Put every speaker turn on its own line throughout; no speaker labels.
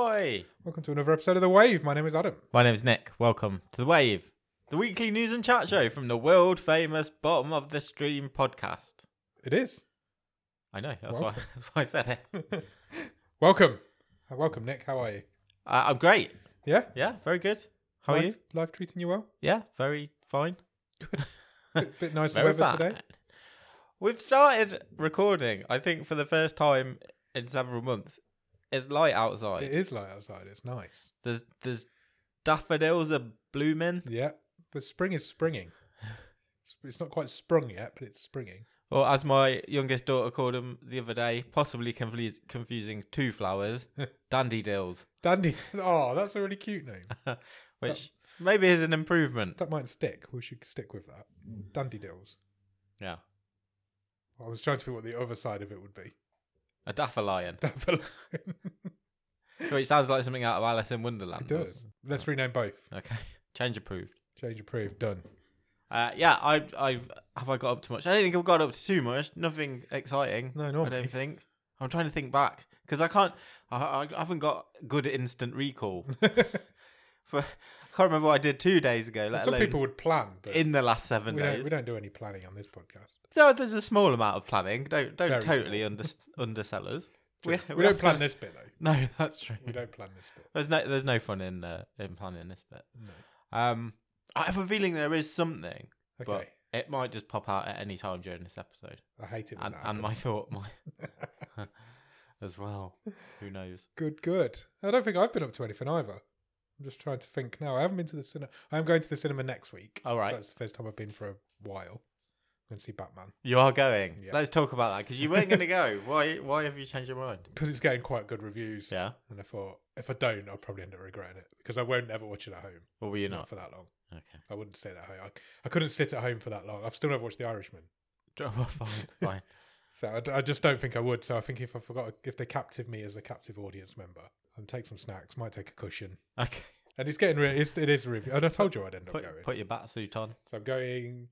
Welcome to another episode of The Wave. My name is Adam.
My name is Nick. Welcome to The Wave, the weekly news and chat show from the world famous Bottom of the Stream podcast.
It is.
I know, that's, why, that's why I said it.
Welcome. Uh, Welcome, Nick. How are you?
uh, I'm great.
Yeah?
Yeah, very good. How are
life,
you?
Life treating you well?
Yeah, very fine.
Bit, bit nicer
Very
weather
fine.
today?
We've started recording, I think, for the first time in several months. It's light outside.
It is light outside. It's nice.
There's there's daffodils are blooming.
Yeah. But spring is springing. It's- It's not quite sprung yet, but it's springing.
Or as my youngest daughter called them the other day, possibly confuse, confusing two flowers, dandydills,
Dandy. Oh, that's a really cute name.
which maybe is an improvement.
That might stick. We should stick with that. Dandy dills.
Yeah.
I was trying to think what the other side of it would be.
A daffodilion,
Daffodil.
which sounds like something out of Alice in Wonderland.
it
or
does. Let's rename both.
something. Okay. Change approved.
Change approved. Done.
Uh, yeah, I, I've have I got up to much? I don't think I've got up to too much. Nothing exciting.
No,
I
normally.
don't think. I'm trying to think back because I can't. I, I haven't got good instant recall. For, I can't remember what I did two days ago. Let
Some
alone
people would plan, but
in the last seven
we
days.
don't, we don't do any planning on this podcast.
So there's a small amount of planning. Don't don't
Very
totally under, undersell us. We,
We,
we have
don't
to- Hmm.
plan this bit though.
No, that's true.
We don't plan this bit.
There's no there's no fun in uh, in planning this bit.
No.
Um, I have a feeling there is something,
Okay.
but it might just pop out at any time during this episode.
I hate it. When
and,
that
and
happens.
my thought my as well who knows
good, good. I don't think I've been up to anything either. I'm just trying to think now. I haven't been to the cinema. I am going to the cinema next week.
All right.
that's the first time I've been for a while. I'm going to see Batman
you are going
Yeah.
let's talk about that because you weren't going to go why why have you changed your mind
because it's getting quite good reviews.
yeah
And I thought if I don't, I'll probably end up regretting it because I won't ever watch it at home.
or were you
Not
not
for that long.
okay
I wouldn't sit at home. I, I couldn't sit at home for that long. I've still never watched The Irishman.
Drama, fine fine
So I, d- I just don't think I would. So I think if I forgot, if they captive me as a captive audience member, I'd take some snacks, might take a cushion.
okay
And it's getting, re- it's, it is a review. And I told you I'd end up
put,
going.
put your bat suit on
So I'm going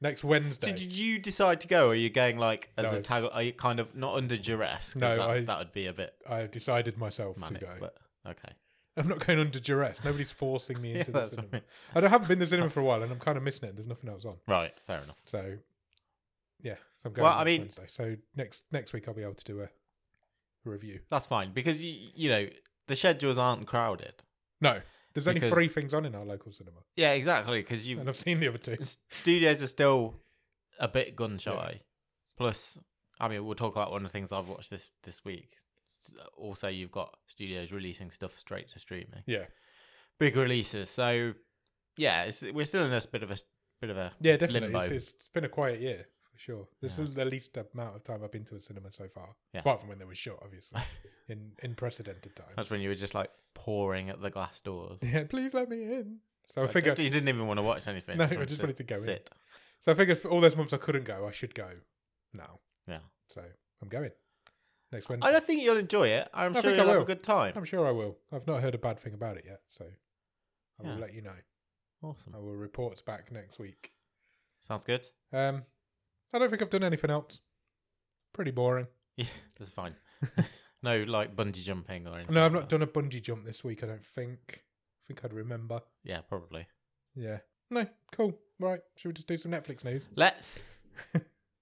next Wednesday.
did, did you decide to go or are you going like as
No.
a tag are you kind of not under duress 'Cause
No,
that's-
I-
that would be a bit
I have decided myself
manic
to go.
but okay
I'm not going under duress. Nobody's forcing me
Yeah,
into the
that's
cinema.
what I mean.
I don't- haven't been to the cinema for a while and I'm kind of missing it. There's nothing else on.
right fair enough
So yeah, so I'm going
Well,
next
I mean-
Wednesday. So next, next week I'll be able to do a, a review.
that's fine because you you know the schedules aren't crowded
No, there's only
Because-
three things on in our local cinema.
yeah exactly because you've
And I've seen the other two.
S- s- studios are still a bit gun shy. Plus, I mean, we'll talk about one of the things I've watched this this week. S- Also, you've got studios releasing stuff straight to streaming,
Yeah.
big releases. So, yeah, it's, we're still in a s- bit of a s- bit of a
Yeah, definitely.
limbo.
It's, it's, it's been a quiet year for sure. This
Yeah.
is the least amount of time I've been to a cinema so far,
Yeah.
apart from when there was short, obviously, in unprecedented times.
That's when you were just like pouring at the glass doors.
Yeah, please let me in. So I
Like,
figure.
you didn't even want to watch anything.
No, I just wanted to go in.
sit.
So I figured for all those months I couldn't go, I should go now.
Yeah,
So I'm going next Wednesday.
I don't think you'll enjoy it. I'm
I
sure
think I
you'll have
will.
a good time.
I'm sure I will. I've not heard a bad thing about it yet, so I will
Yeah.
let you know.
Awesome.
I will report back next week.
Sounds good.
Um, I don't think I've done anything else. Pretty boring.
Yeah, that's fine. no, like bungee jumping or anything.
No, I've
like
not
that.
done a bungee jump this week. I don't think. I think I'd remember.
Yeah, probably.
Yeah. No. Cool. Right. Should we just do some Netflix news?
Let's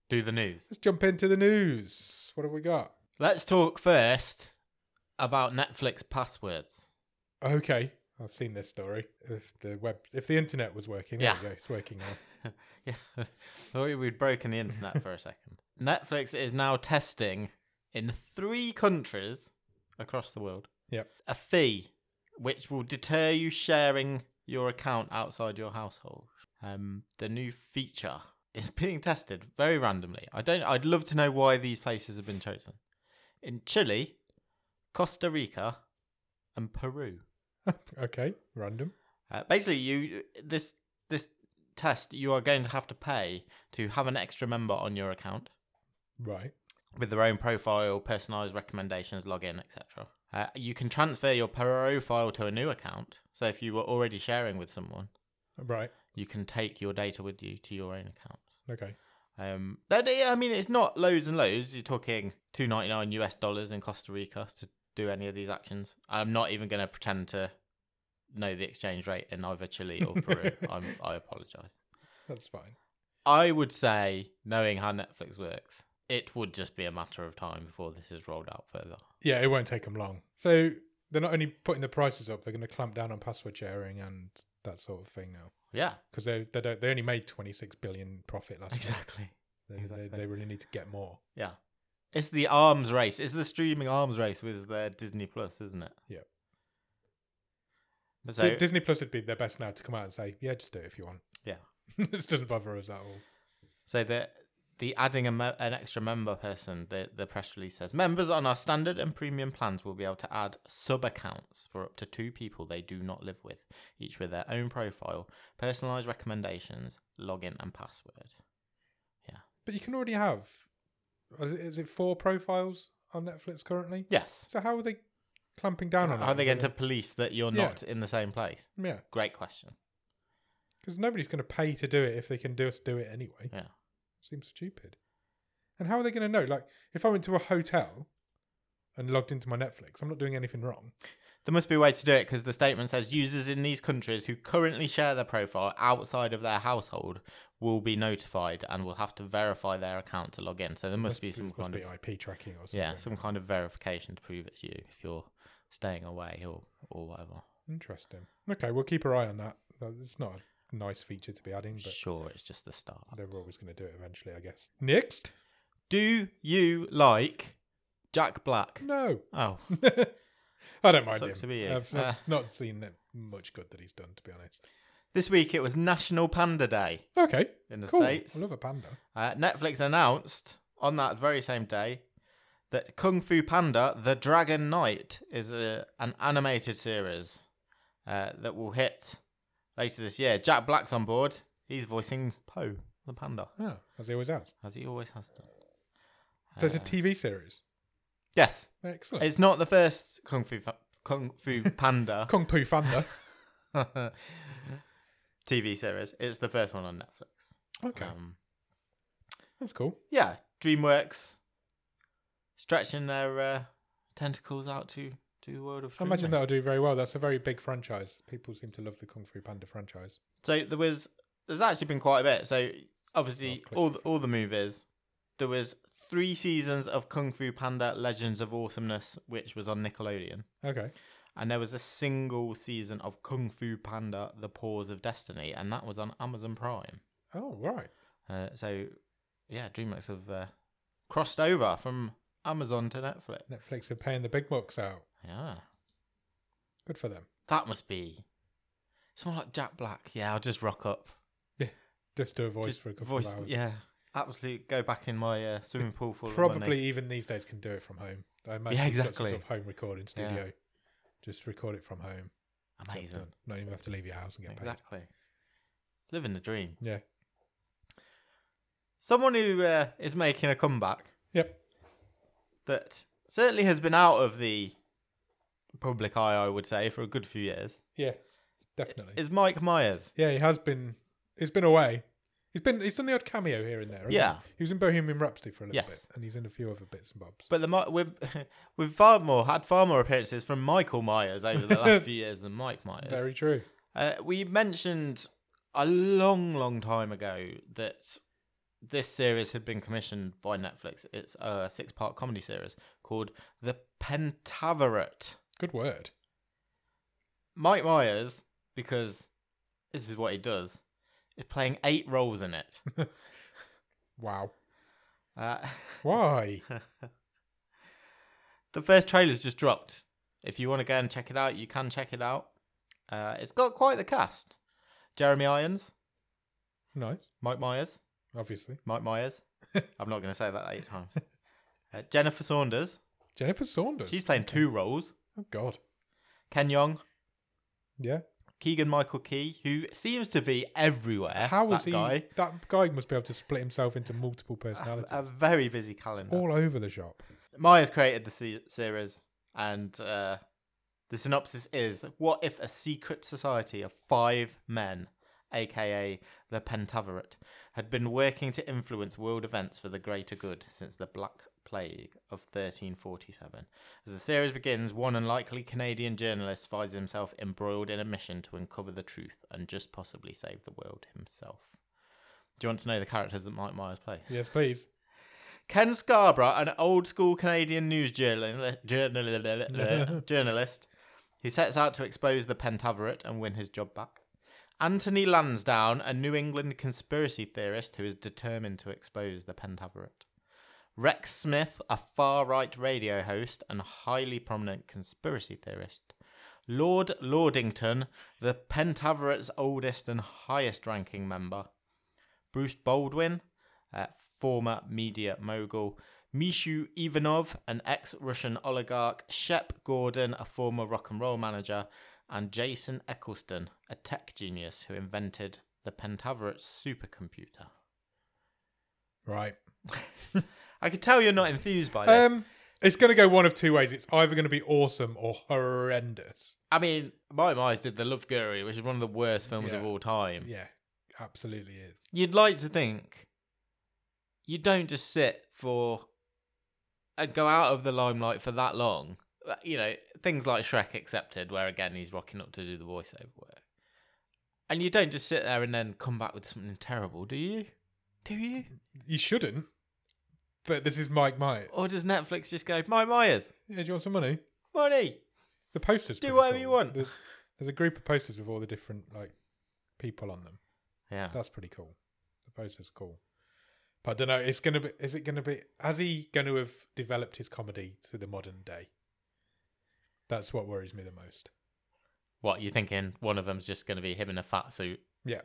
do the news.
Let's jump into the news. What have we got?
Let's talk first about Netflix passwords.
Okay. I've seen this story. If the web, if the internet was working, there
Yeah.
we go. It's working now.
Yeah, thought we'd broken the internet for a second. Netflix is now testing in three countries across the world
Yep.
a fee which will deter you sharing your account outside your household. Um, the new feature is being tested very randomly. I don't. I'd love to know why these places have been chosen. In Chile, Costa Rica, and Peru.
okay. Random.
Uh, basically, you this this test you are going to have to pay to have an extra member on your account
Right.
with their own profile, personalized recommendations, login, etc. Uh, you can transfer your profile to a new account. So if you were already sharing with someone,
Right.
you can take your data with you to your own account.
Okay.
Um, that I mean, it's not loads and loads. You're talking two ninety nine US dollars in Costa Rica to do any of these actions. I'm not even going to pretend to know the exchange rate in either Chile or Peru. I'm, I apologize.
That's fine.
I would say, knowing how Netflix works, it would just be a matter of time before this is rolled out further.
Yeah, it won't take them long. So they're not only putting the prices up; they're going to clamp down on password sharing and that sort of thing now.
Yeah,
Because they they don't, they only made twenty six billion profit last year.
exactly.
They,
exactly.
They, they really need to get more.
It's the arms race. It's the streaming arms race with their Disney Plus, isn't it?
Yep.
But
Di-
So
Disney Plus would be their best now to come out and say, "Yeah, just do it if you want."
Yeah.
this doesn't bother us at all.
So the the adding a me- an extra member person, the the press release says members on our standard and premium plans will be able to add sub accounts for up to two people they do not live with, each with their own profile, personalized recommendations, login and password.
But you can already have. Is it, is it four profiles on Netflix currently?
Yes.
So how are they clamping down on that?
How are they going to police that you're
Yeah.
not in the same place?
Yeah,
Great question.
because nobody's going to pay to do it if they can just do it anyway.
Yeah.
Seems stupid. And how are they going to know? Like, if I went to a hotel and logged into my Netflix, I'm not doing anything wrong.
There must be a way to do it because the statement says users in these countries who currently share their profile outside of their household will be notified and will have to verify their account to log in. So there must, be some
must
kind
be
of
IP tracking or something.
yeah, some kind of verification to prove it's you if you're staying away or or whatever.
Interesting. Okay, we'll keep our eye on that. Uh, It's not a nice feature to be adding, but
sure, it's just the start.
they're always going to do it eventually, I guess. Next?
Do you like Jack Black?
No.
Oh,
I don't mind
Sucks to
him.
be you.
I've, I've
Ah.
not seen that much good that he's done, to be honest.
this week it was National Panda Day
Okay,
in the
cool.
states.
I love a panda.
Uh, Netflix announced on that very same day that Kung Fu Panda: The Dragon Knight is a, an animated series uh, that will hit later this year. Jack Black's on board. He's voicing Po, the panda,
Ah, as he always has.
as he always has done.
There's a
Uh,
TV series.
yes,
Excellent.
it's not the first Kung Fu fa- Kung Fu Panda
Kung Fu Panda.
TV series. It's the first one on Netflix.
Okay,
Um,
that's cool.
yeah, DreamWorks stretching their uh, tentacles out to to the world of
I
streaming.
imagine that'll do very well. That's a very big franchise. People seem to love the Kung Fu Panda franchise.
So there was there's actually been quite a bit. So obviously
Oh, click
all the, all the movies there was three seasons of Kung Fu Panda Legends of Awesomeness, which was on Nickelodeon,
Okay.
and there was a single season of Kung Fu Panda: The Paws of Destiny, and that was on Amazon Prime.
Oh, right.
Uh, so yeah, DreamWorks have uh, crossed over from Amazon to Netflix.
Netflix are paying the big bucks out.
Yeah.
Good for them.
That must be someone like Jack Black. Yeah, I'll just rock up.
Just do a voice
Just
for a couple
voice-
of hours.
Yeah, absolutely. Go back in my uh, swimming pool for
Probably even these days can do it from home. I imagine
Yeah,
he's got some
exactly.
sort of home recording studio. Just record it from home. Job
amazing.
done. Not even have to leave your house and get paid.
Exactly. Living the dream.
Yeah.
Someone who uh, is making a comeback
Yep.
that certainly has been out of the public eye, I would say, for a good few years
Yeah. Definitely.
is Mike Myers.
yeah, he has been. He's been away. He's been. He's done the odd cameo here and there. hasn't
Yeah.
He? he was in Bohemian Rhapsody for a little
Yes.
bit, and he's in a few other bits and bobs.
But the Mi- we've we've far more had far more appearances from Michael Myers over the last few years than Mike Myers.
Very true.
Uh, we mentioned a long, long time ago that this series had been commissioned by Netflix. It's a six part comedy series called The Pentaveret.
Good word.
Mike Myers, because this is what he does, is playing eight roles in it.
Wow.
Uh,
Why?
the first trailer's just dropped. If you want to go and check it out, you can check it out. Uh, it's got quite the cast Jeremy Irons,
nice.
Mike Myers,
Obviously.
Mike Myers. I'm not going to say that eight times. Uh, Jennifer Saunders.
Jennifer Saunders.
She's playing two roles.
Oh God.
Ken Young,
Yeah.
Keegan Michael Key, who seems to be everywhere.
How was
Eh, that
he?
Guy.
That guy must be able to split himself into multiple
A,
personalities.
a very busy calendar.
all over the shop.
Myers created the se- series, and uh, the synopsis is: What if a secret society of five men, aka the Pentaveret, had been working to influence world events for the greater good since the Black Plague of 1347. As the series begins, one unlikely Canadian journalist finds himself embroiled in a mission to uncover the truth and just possibly save the world himself. Do you want to know the characters that Mike Myers plays?
Yes, please.
Ken Scarborough, an old school Canadian news journal- journal- journalist who sets out to expose the Pentaveret and win his job back. Anthony Lansdowne, a New England conspiracy theorist who is determined to expose the Pentaveret. Rex Smith, a far right radio host and highly prominent conspiracy theorist. Lord Lordington, the Pentavaret's oldest and highest ranking member. Bruce Baldwin, uh, former media mogul, Mishu Ivanov, an ex Russian oligarch, Shep Gordon, a former rock and roll manager, and Jason Eccleston, a tech genius who invented the Pentaveret supercomputer.
Right.
I could tell you're not enthused by this.
Um, it's going to go one of two ways. It's either going to be awesome or horrendous.
I mean, my eyes did The Love Guru, which is one of the worst films of
Yeah.
all time.
Yeah, absolutely is.
You'd like to think you don't just sit for and go out of the limelight for that long. Uh, You know, things like Shrek accepted, where again he's rocking up to do the voiceover work. And you don't just sit there and then come back with something terrible, do you? Do you?
You shouldn't. But this is Mike Myers.
Or does Netflix just go, My Myers,
Yeah, do you want some money?
money?
The posters.
Do
pretty
whatever you want.
There's, there's a group of posters with all the different like people on them.
Yeah.
That's pretty cool. The poster's cool. But I don't know. It's gonna be. Is it gonna be? Has he going to have developed his comedy to the modern day? That's what worries me the most.
What, you thinking one of them's just going to be him in a fat suit?
Yeah.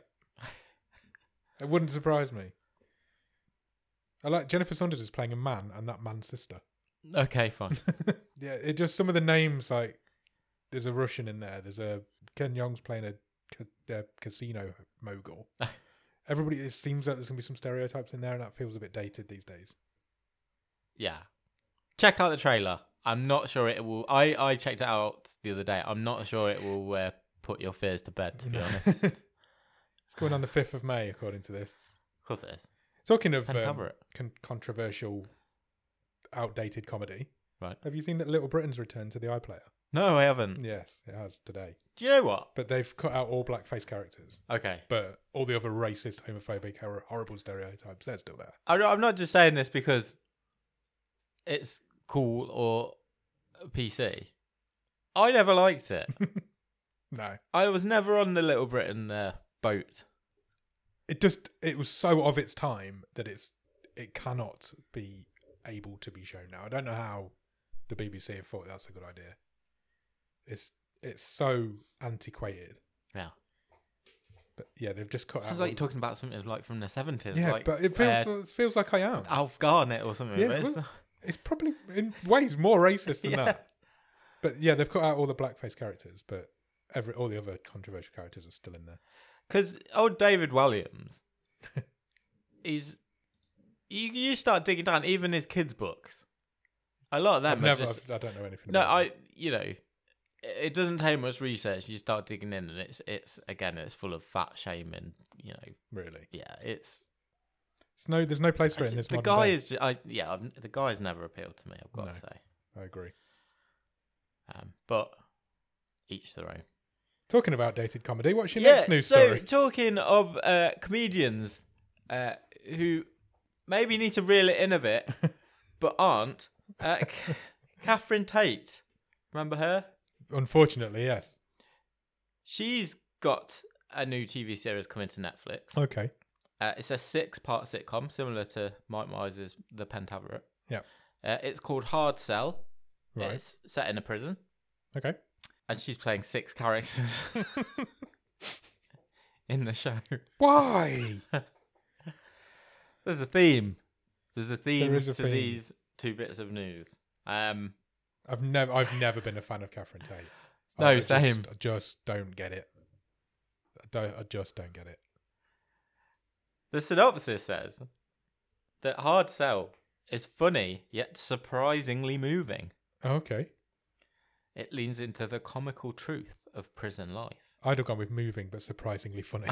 it wouldn't surprise me. I like Jennifer Saunders is playing a man and that man's sister.
Okay, fine.
yeah, it just some of the names like there's a Russian in there. There's a Ken Young's playing a, ca- a casino mogul. Everybody, it seems like there's gonna be some stereotypes in there, and that feels a bit dated these days.
yeah check out the trailer i'm not sure it will i i checked it out the other day i'm not sure it will uh, put your fears to bed to be honest of
it's going on the fifth of May, according to this.
course it is
Talking of
Can't
um,
cover it
con- controversial, outdated comedy,
Right.
Have you seen that Little Britain's return to the iPlayer?
no i haven't
Yes, it has today.
do you know what
But they've cut out all blackface characters,
okay
but all the other racist, homophobic, hor- horrible stereotypes, they're still there.
I, i'm not just saying this because it's cool or pc i never liked it
No,
i was never on the little britain uh, boat
it just it was so of its time that it's it cannot be able to be shown now. I don't know how the BBC have thought that's a good idea. It's it's so antiquated.
Yeah.
But yeah, they've just cut
sounds
out.
like you're
all-
talking about something like from the 70s
yeah,
like
but it feels
uh,
it feels like I am.
alf garnett or something
Yeah,
but it's
well,
not-
It's probably in ways more racist than
Yeah.
that. But yeah, they've cut out all the blackface characters, but every all the other controversial characters are still in there.
Because old oh, David Williams, he's you you start digging down even his kids' books. A lot of them
I've
are
never,
just
I've, I don't know anything.
no.
about
I
them.
you know, it- it doesn't take much research. You start digging in, and it's it's again it's full of fat shaming. You know,
really.
yeah, it's,
It's no, there's no place for it
it's-
in this.
the
modern
guy
day.
is ju- I yeah I've, the guy's never appealed to me. I've got
No.
to say,
I agree.
um, but each their own.
Talking about dated comedy, what's your next news
so
story?
talking of uh, comedians uh, who maybe need to reel it in a bit, but aren't, uh, C- Catherine Tate, remember her?
Unfortunately, yes.
She's got a new TV series coming to Netflix.
Okay.
Uh, it's a six-part sitcom, similar to Mike Myers' The Pentaveret.
Yeah.
Uh, it's called Hard Sell.
Right.
It's set in a prison,
Okay.
and she's playing six characters in the show.
Why?
There's a theme. There's a theme
is a
to
theme.
these two bits of news. Um,
I've never, I've never been a fan of Catherine Tate.
No,
I just-
same.
I just don't get it. I, don't, I just don't get it.
the synopsis says that Hard Sell is funny yet surprisingly moving.
Okay.
It leans into the comical truth of prison life.
I'd have gone with moving, but surprisingly funny.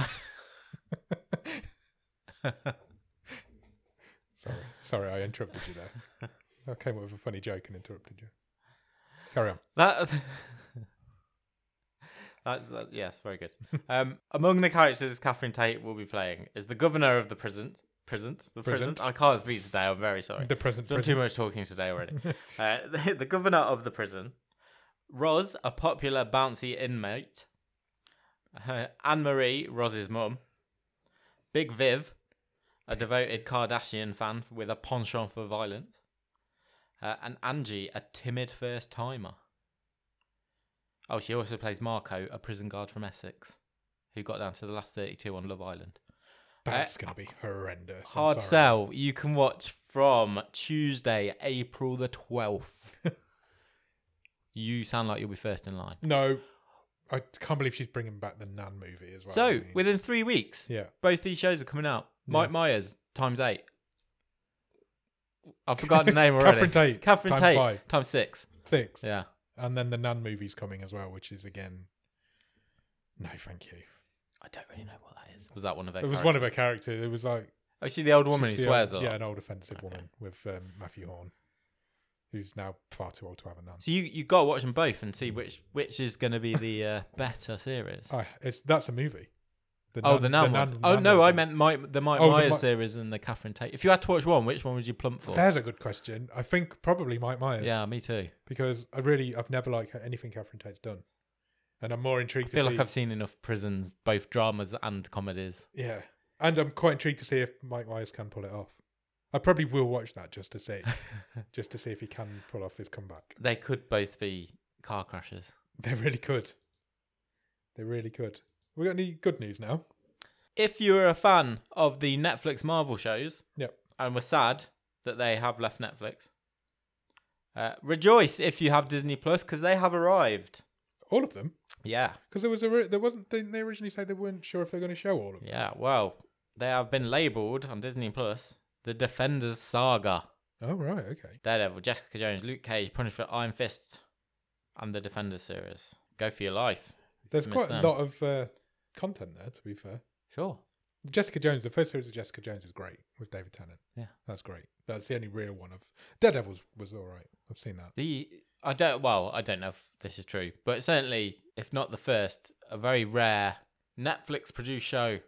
Sorry, sorry, I interrupted you there. I came up with a funny joke and interrupted you. Carry on.
That that's that, yes, very good. Um, among the characters Catherine Tate will be playing is the governor of the prison. Prison, the prison.
Prison.
I can't speak today. I'm very sorry.
The present.
Done too much talking today already. uh, the, the governor of the prison, Roz, a popular bouncy inmate, uh, Anne Marie, Roz's mum, Big Viv, a devoted Kardashian fan with a penchant for violence, uh, and Angie, a timid first timer. Oh, she also plays Marco, a prison guard from Essex, who got down to the last 32 on Love Island.
That's going to be horrendous. I'm
Uh, Hard
sorry.
sell. You can watch from Tuesday, April the twelfth. you sound like you'll be first in line.
No, I can't believe she's bringing back the Nan movie as well.
so
isn't he?
within three weeks,
yeah,
both these shows are coming out. Mike Myers times eight. I've forgotten the name already.
Catherine Tate,
Catherine
times
Tate
five.
times six.
six,
Yeah.
and then the Nan movie's coming as well, which is again. No, thank you.
I don't really know what that is. Was that one of her?
It was one of her
characters?
characters. It was like
Oh, she's the old woman who
she's the
swears
old-
a lot.
Yeah, an old offensive woman with um, Matthew Horn, who's now far too old to have a nun.
So you you got to watch them both and see which which is going to be the uh, better series.
Oh, it's that's a movie. The
Oh, the Nan, one. oh no, I
movie.
meant Mike, the Mike
Oh, the
Myers
Mi-
series and the Catherine Tate. If you had to watch one, which one would you plump for?
There's a good question. I think probably Mike Myers.
Yeah, me too.
because I really I've never liked anything Catherine Tate's done, and I'm more
I
intrigued
feel
to
like
see.
I've seen enough prisons, both dramas and comedies.
Yeah, and I'm quite intrigued to see if Mike Myers can pull it off. I probably will watch that just to see, just to see if he can pull off his comeback.
They could both be car crashes.
They really could. They really could. We got any good news now?
If you were a fan of the Netflix Marvel shows
Yep.
and were sad that they have left Netflix, uh, rejoice if you have Disney Plus because they have arrived.
All of them,
Yeah,
because there was a ri- there wasn't didn't they originally say they weren't sure if they're going to show all of them.
yeah. Well, they have been labelled on Disney Plus the Defenders Saga.
Oh right, okay.
Daredevil, Jessica Jones, Luke Cage, Punisher, Iron Fist, and the Defender series. Go for your life.
There's
Missed
quite a
them.
lot of uh, content there. To be fair,
Sure.
Jessica Jones, the first series of Jessica Jones is great with David Tennant.
Yeah.
That's great. That's the only real one of Daredevil's was all right. I've seen that.
The I don't well, I don't know if this is true, but certainly if not the first, a very rare Netflix produced show.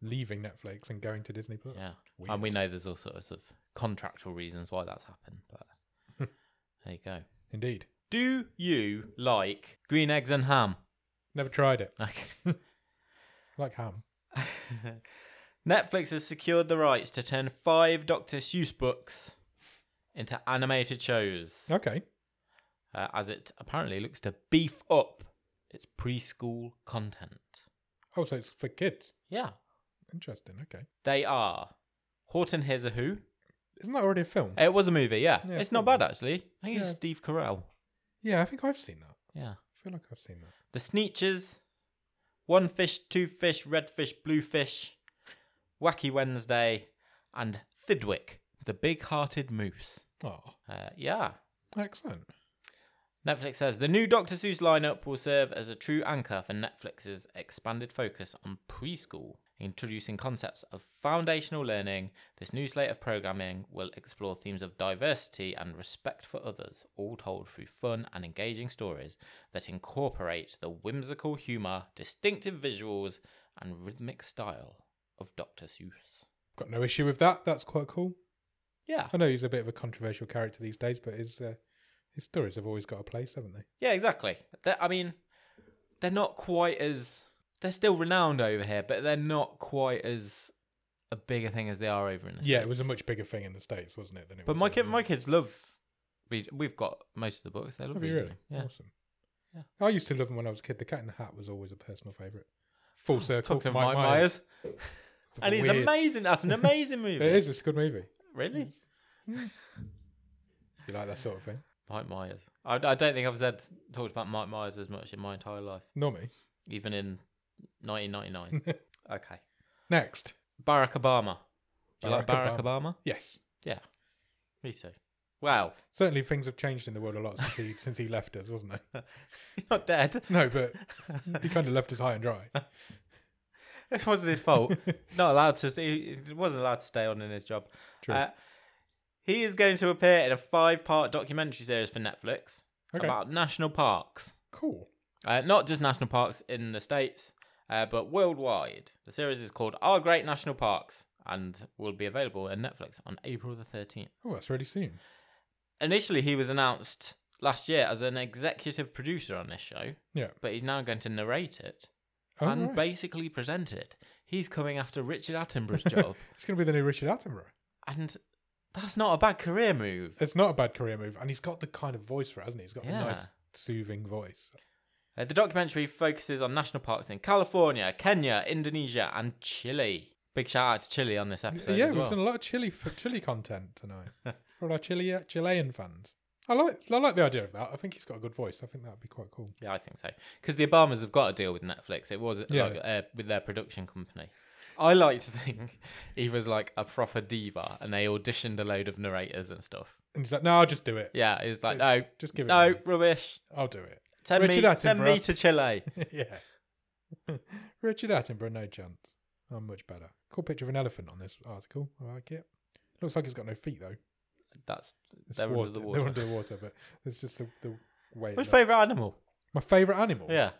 Leaving Netflix and going to Disney Plus.
Yeah.
Weird.
And we know there's all sorts of contractual reasons why that's happened, but there you go.
Indeed.
Do you like green eggs and ham?
Never tried it.
Okay.
Like ham.
Netflix has secured the rights to turn five Dr. Seuss books into animated shows,
Okay.
uh, as it apparently looks to beef up its preschool content.
Oh, so it's for kids.
Yeah.
Interesting. Okay.
They are Horton Hears a Who.
Isn't that already a film?
It was a movie, yeah.
Yeah,
it's
cool.
not bad, actually. I think
Yeah.
it's Steve Carell.
yeah, I think I've seen that. I
Yeah.
feel like I've seen that.
The Sneeches, One Fish, Two Fish, Red Fish, Blue Fish, Wacky Wednesday, and Thidwick, the Big Hearted Moose.
Oh,
Uh, yeah.
excellent.
Netflix says the new Dr. Seuss lineup will serve as a true anchor for Netflix's expanded focus on preschool. Introducing concepts of foundational learning, this new slate of programming will explore themes of diversity and respect for others, all told through fun and engaging stories that incorporate the whimsical humour, distinctive visuals, and rhythmic style of Dr. Seuss.
Got no issue with that. That's quite cool.
Yeah,
I know he's a bit of a controversial character these days, but his uh, his stories have always got a place, haven't they?
Yeah, exactly. They're, I mean, they're not quite as they're still renowned over here, but they're not quite as a bigger thing as they are over in the
Yeah, it was a
States.
much bigger thing in the states, wasn't it? Than it
But
was
my
over
kid,
here?
my kids love. Read, we've got most of the books. They love
Have
reading
you really?
them. Yeah.
Awesome.
Yeah.
I used to love them when I was a kid. The Cat in the Hat was always a personal favourite. Full circle.
Oh, Talking to
Mike
Mike Myers, and he's
Weird.
amazing. That's an amazing movie.
It is. It's a good movie.
really
You like that sort of thing?
Mike Myers. I, I don't think I've said talked about Mike Myers as much in my entire life,
Normally.
even in 1999. okay,
Next.
Barack Obama. Do you like
Barack
Barack Obama?
Yes.
Yeah, me too. Wow,
Certainly, things have changed in the world a lot since he since he left us, hasn't they?
He's not dead.
No, but he kind of left us high and dry.
It wasn't his fault. not allowed to. Stay, he wasn't allowed to stay on in his job.
True.
Uh, He is going to appear in a five-part documentary series for Netflix
Okay.
about national parks.
Cool.
Uh, not just national parks in the States, uh, but worldwide. The series is called Our Great National Parks and will be available on Netflix on April the 13th.
Oh, that's really soon.
Initially, he was announced last year as an executive producer on this show,
Yeah.
but he's now going to narrate it
Oh,
and
right.
basically present it. He's coming after Richard Attenborough's job,
It's going to be the new Richard Attenborough.
and that's not a bad career move.
It's not a bad career move, and he's got the kind of voice for it, hasn't he? He's got
Yeah.
a nice, soothing voice.
Uh, the documentary focuses on national parks in California, Kenya, Indonesia, and Chile. Big shout out to Chile on this episode.
yeah,
as well.
we've done a lot of chili for chili content tonight for all our Chile Chilean fans. I like I like the idea of that. I think he's got a good voice. I think that'd be quite cool.
Yeah, I think so. Because the Obamas have got a deal with Netflix. It was
Yeah.
like, uh, with their production company. I like to think he was like a proper diva, and they auditioned a load of narrators and stuff.
And he's like, "No, I'll just do it.
Yeah, he's like,
It's- just give it.
no, no,
to me.
rubbish.
I'll do it."
Send me,
Richard
send me
Attenborough.
to Chile.
yeah. Richard Attenborough, no chance. I'm much better. Cool picture of an elephant on this article. I like it. Looks like it's got no feet though.
That's
It's
They're under
water-
the
They're
water.
under the water, but it's just the, the way. it
what's
looks.
your favorite animal?
My favourite animal.
Yeah,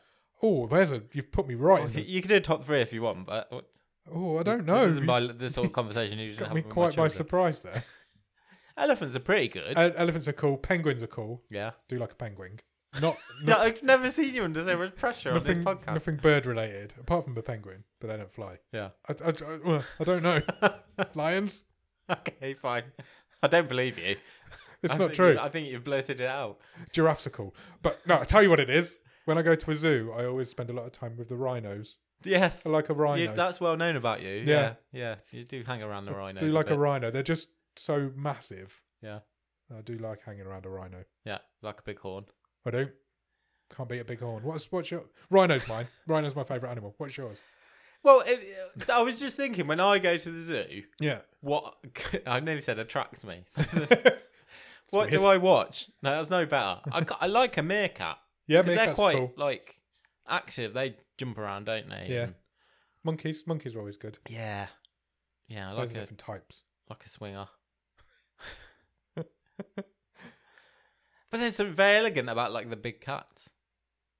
Oh,
Oh, there's a. You've put me right. in
Well,
the-
you could do a top three if you want, but what-
oh, I don't know.
This isn't
You
my, this sort of conversation you
got me quite by surprise there.
Elephants are pretty good.
Uh, elephants are cool. Penguins are cool.
yeah,
Do like a penguin. Not.
yeah.
not
I've never seen you under so much pressure on this
nothing.
podcast.
Nothing bird related, apart from the penguin, but they don't fly.
Yeah.
I, I, I, uh, I don't know. Lions.
okay, fine. I don't believe you.
It's
I
not
think
true.
you- I think you've blurted it out.
Giraffes are cool. But no, I tell you what it is. When I go to a zoo, I always spend a lot of time with the rhinos.
Yes.
I like a
You-
rhino.
that's well known about you. Yeah.
Yeah.
yeah. You do hang around the rhinos.
do like a
bit.
rhino. They're just so massive.
Yeah.
I do like hanging around a rhino.
Yeah, like a big horn.
I do. Can't beat a big horn. What's what's your rhino's mine? rhino's my favourite animal. What's yours?
Well, it, I was just thinking when I go to the zoo,
Yeah.
what I nearly said attracts me.
weird.
what do I watch? No, that's no better. I, ca- I like a meerkat
Yeah,
because they're
meerkats
quite
cool.
like active. They jump around, don't they?
Yeah.
And-
Monkeys. Monkeys are always good.
yeah, yeah. I
Loads
like
of
a
different types.
like a swinger. but there's something very elegant about like the big cats.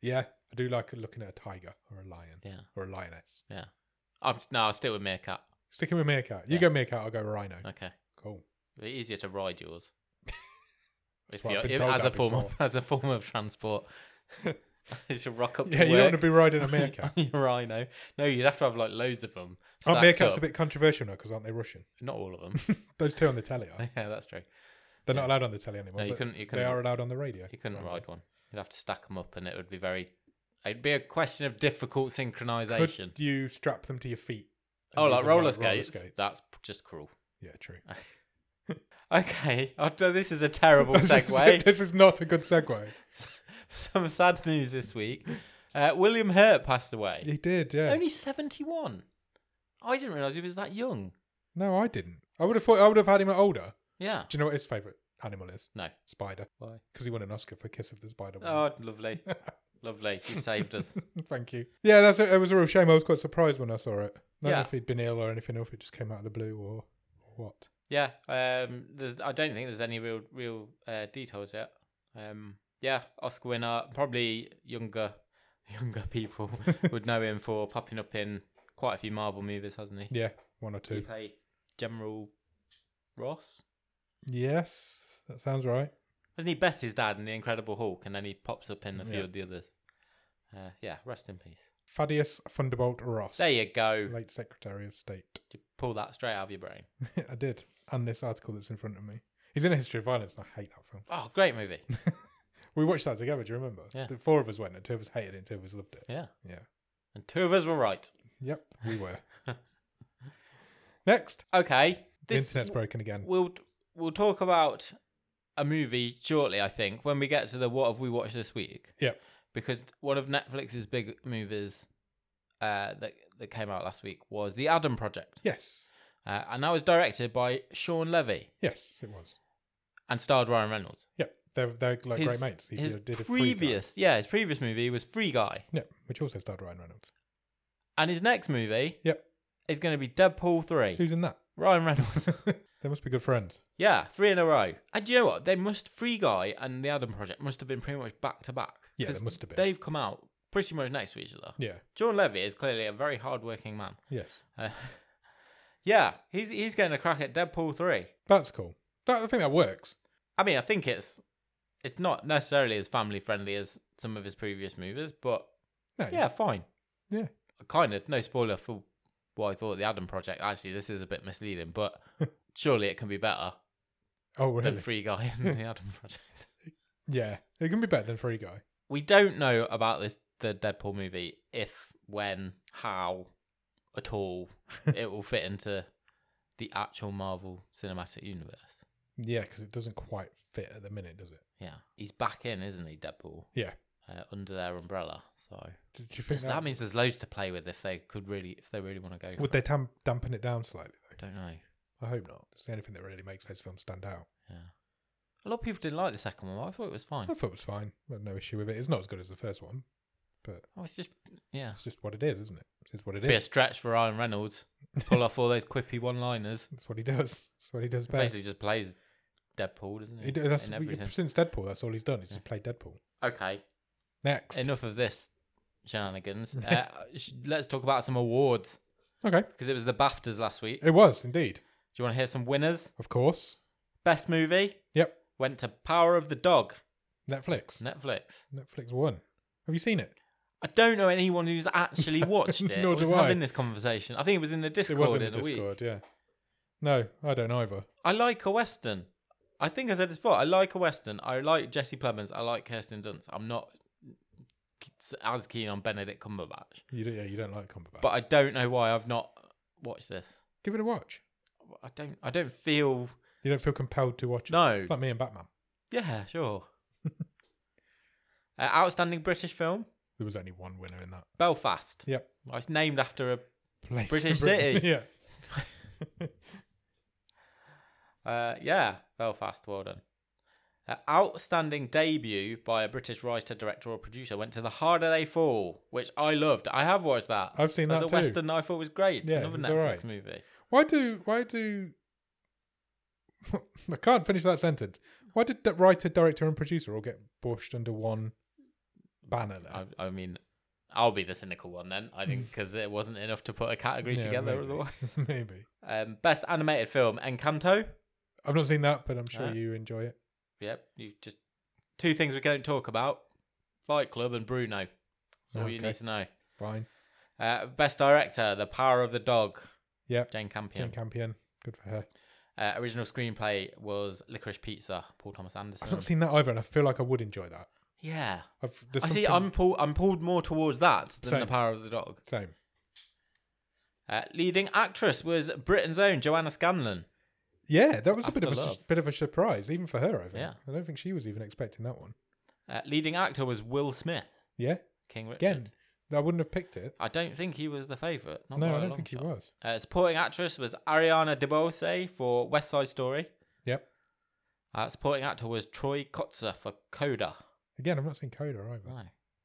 Yeah. I do like looking at a tiger or a lion
Yeah.
or a lioness.
I'm no, I'll still with meerkat.
Sticking with meerkat. You
Yeah.
go meerkat, I'll go rhino.
Okay,
Cool.
It'd be easier to ride yours.
That's
If
what
you're,
I've been
if-
told
as a
that
form of
before.
as a form of transport, you should rock up.
Yeah,
to
you don't
work.
want to be riding a meerkat.
Your rhino. No, you'd have to have like loads of them.
aren't
stacked
meerkats
up.
Oh, a bit controversial now because aren't they Russian?
Not all of them.
Those two on the telly are.
yeah, that's true.
They're not allowed on the telly anymore.
No, you
but
couldn't. You
they
couldn't.
are Oh, allowed on the radio.
you couldn't ride one. You'd have to stack them up, and it would be very. It'd be a question of difficult synchronization.
Could you strap them to your feet? and
oh,
use
like
them
roller skates. That's p- just cruel.
Yeah, true.
Okay, I've done- this is a terrible
This is-
segue.
this is not a good segue.
Some sad news this week. Uh, William Hurt passed away.
He did, yeah.
Only seventy-one. I didn't realize he was that young.
no, I didn't. I would have thought I would have had him at older.
Yeah.
Do you know what his favourite animal is?
No.
Spider.
Why?
Because he won an Oscar for Kiss of the Spider.
Oh, lovely, lovely. You saved us.
Thank you. Yeah, that's a, it was a real shame. I was quite surprised when I saw it. I don't
Yeah.
know if he'd been ill or anything, or if it just came out of the blue or, or what.
Yeah, um, there's. I don't think there's any real, real uh, details yet. Um, yeah, Oscar winner. Probably younger, younger people would know him for popping up in quite a few Marvel movies, hasn't he?
Yeah, one or
He
two.
played General Ross.
Yes, that sounds right.
Wasn't he Betty's dad in The Incredible Hulk? And then he pops up in a few
Yeah.
of the others. Uh, yeah, rest in peace.
Thaddeus Thunderbolt Ross.
There you go.
Late Secretary of State.
You pull that straight out of your brain.
I did. And this article that's in front of me. He's in a history of violence, and I hate that film.
Oh, great movie.
We watched that together. Do you remember?
Yeah.
The four of us went, and two of us hated it, and two of us loved it.
Yeah.
Yeah.
And two of us were right.
Yep, we were. Next,
Okay.
the internet's broken again.
we'll we'll talk about a movie shortly, I think, when we get to the what have we watched this week.
Yep.
Because one of Netflix's big movies uh, that that came out last week was The Adam Project,
Yes,
uh, and that was directed by Sean Levy
yes, it was.
and starred Ryan Reynolds.
Yep, they're they're like
His-
great mates. He
his
did, did a free guy.
previous, yeah, his previous movie was Free Guy,
yeah, which also starred Ryan Reynolds.
and his next movie
Yep,
is going to be Deadpool Three.
who's in that?
Ryan Reynolds.
They must be good friends.
Yeah, three in a row. And do you know what? They must Free Guy and the Adam Project must have been pretty much back to back.
Yeah,
'Cause
they must have been.
They've come out pretty much next to each other.
Yeah.
John Levy is clearly a very hard-working man.
Yes.
Uh, yeah, he's he's getting a crack at Deadpool three.
That's cool. That, I think that works.
I mean, I think it's it's not necessarily as family friendly as some of his previous movies, but
No,
yeah, fine.
Yeah.
kind of. No spoiler for what I thought of the Adam Project. Actually, this is a bit misleading, but surely it can be better
Oh, really?
than Free Guy and the Adam Project.
yeah. It can be better than Free Guy.
We don't know about this the Deadpool movie if, when, how, at all it will fit into the actual Marvel Cinematic Universe.
Yeah, because it doesn't quite fit at the minute, does it?
Yeah, he's back in, isn't he, Deadpool?
Yeah.
Uh, under their umbrella, so
Did you think
There's-
that,
that means there's loads to play with if they could really, if they really want to go.
would
for
they
it.
tam- dampen it down slightly though?
I don't know.
I hope not. It's the only thing that really makes those films stand out.
A lot of people didn't like the second one. but I thought it was fine.
I thought it was fine. I had no issue with it. It's not as good as the first one, but
Oh, it's just yeah,
that's just what it is, isn't it? It's just what it
be a
is.
stretch for Ryan Reynolds. to Pull off all those quippy one-liners.
That's what he does. That's what he does best.
Basically, just plays Deadpool, doesn't he?
He do- that's,
In
we-
everything.
since Deadpool, that's all he's done. He's just played Deadpool.
Okay,
Next.
enough of this shenanigans. uh, sh- let's talk about some awards
Okay.
because it was the BAFTAs last week. Do
It was indeed.
you want to hear some winners?
Of course.
Best movie
Yep.
went to Power of the Dog,
Netflix.
Netflix.
Netflix won. Have you seen it?
I don't know anyone who's actually watched it.
Nor
I was
do I.
having this conversation. I think it was in the Discord
it was in the
in a week.
Discord, yeah. No, I don't either.
I like a western. I think I said this before. I like a western. I like Jesse Plemons. I like Kirsten Dunst. I'm not as keen on Benedict Cumberbatch,
You don't, yeah, you don't like Cumberbatch.
but I don't know why I've not watched this.
Give it a watch.
I don't. I don't feel
You don't feel compelled to watch it.
no.
Like me and Batman.
Yeah, sure. uh, outstanding British film,
There was only one winner in that.
Belfast.
Yep.
It's named after a
Place in
British
Britain.
City.
yeah.
Uh, yeah, Belfast, well done. Uh, outstanding debut by a British writer, director, or producer went to The Harder They Fall, which I loved. I have watched that.
I've seen
As
that
a
too.
Western, I thought was great. It's
Yeah,
another
it was
Netflix
alright.
movie.
Why do why do I can't finish that sentence. Why did that writer, director, and producer all get bushed under one banner? There?
I, I mean, I'll be the cynical one then, I think, because it wasn't enough to put a category
Yeah,
together
maybe.
otherwise.
Maybe
Um, best animated film, Encanto.
I've not seen that, but I'm sure
Ah.
you enjoy it.
Yep, you just two things we don't talk about Fight Club and Bruno. That's all you
Okay.
need to know.
Fine.
Uh, best director, The Power of the Dog,
Yep.
Jane Campion.
Jane Campion. Good for her.
Uh, original screenplay was Licorice Pizza, Paul Thomas Anderson.
I've not seen that either, and I feel like I would enjoy that.
yeah,
I've, there's
I see.
something-
I'm pulled. I'm pulled more towards that than the
Same.
Power of the Dog.
same.
Uh, leading actress was Britain's own Joanna Scanlon.
Yeah, that was a
After
bit of a su-
Love.
bit of a surprise, even for her. I think.
Yeah.
I don't think she was even expecting that one.
Uh, leading actor was Will Smith,
Yeah.
King Richard.
Again, I wouldn't have picked it.
I don't think he was the favourite. not by
No,
a
I don't
long
think he
shot.
was.
Uh, supporting actress was Ariana DeBose for West Side Story.
Yep.
Uh, supporting actor was Troy Kotzer for Coda.
Again, I've not seen Coda either.
No.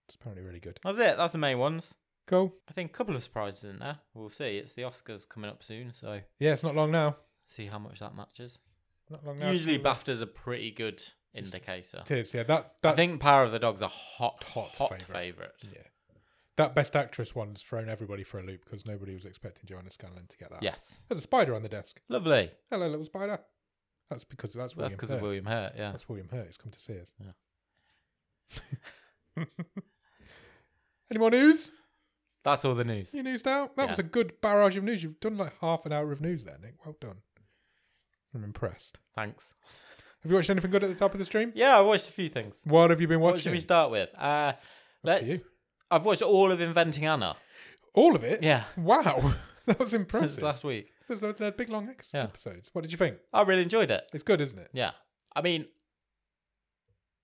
It's apparently really good.
That's it. That's the main ones.
Cool.
I think a couple of surprises in there. We'll see. It's the Oscars coming up soon, so
Yeah, it's not long now.
see how much that matches.
Not long now.
Usually, BAFTAs a pretty good indicator.
It is, yeah. That
I
that
think Power of the Dog's a hot, hot,
Hot
hot
favourite.
favorite.
yeah. That best actress one's thrown everybody for a loop because nobody was expecting Joanna Scanlon to get that.
Yes,
There's a spider on the desk.
lovely.
Hello, little spider. That's because that's
That's
William.
because of
Hurt.
William Hurt. Yeah.
That's William Hurt. He's come to see us.
Yeah.
Any more news?
That's all the news.
You newsed out? That
Yeah.
was a good barrage of news. You've done like half an hour of news there, Nick. Well done. I'm impressed.
Thanks.
Have you watched anything good at the top of the stream?
Yeah, I watched a few things.
What have you been
What should
watching?
we start with? Uh, let's. I've watched all of Inventing Anna.
All of it?
Yeah,
Wow. that was
since
impressive.
last week.
There's a, they're big long ex-
Yeah.
episodes. What did you think?
I really enjoyed it.
It's good, isn't it?
Yeah. I mean,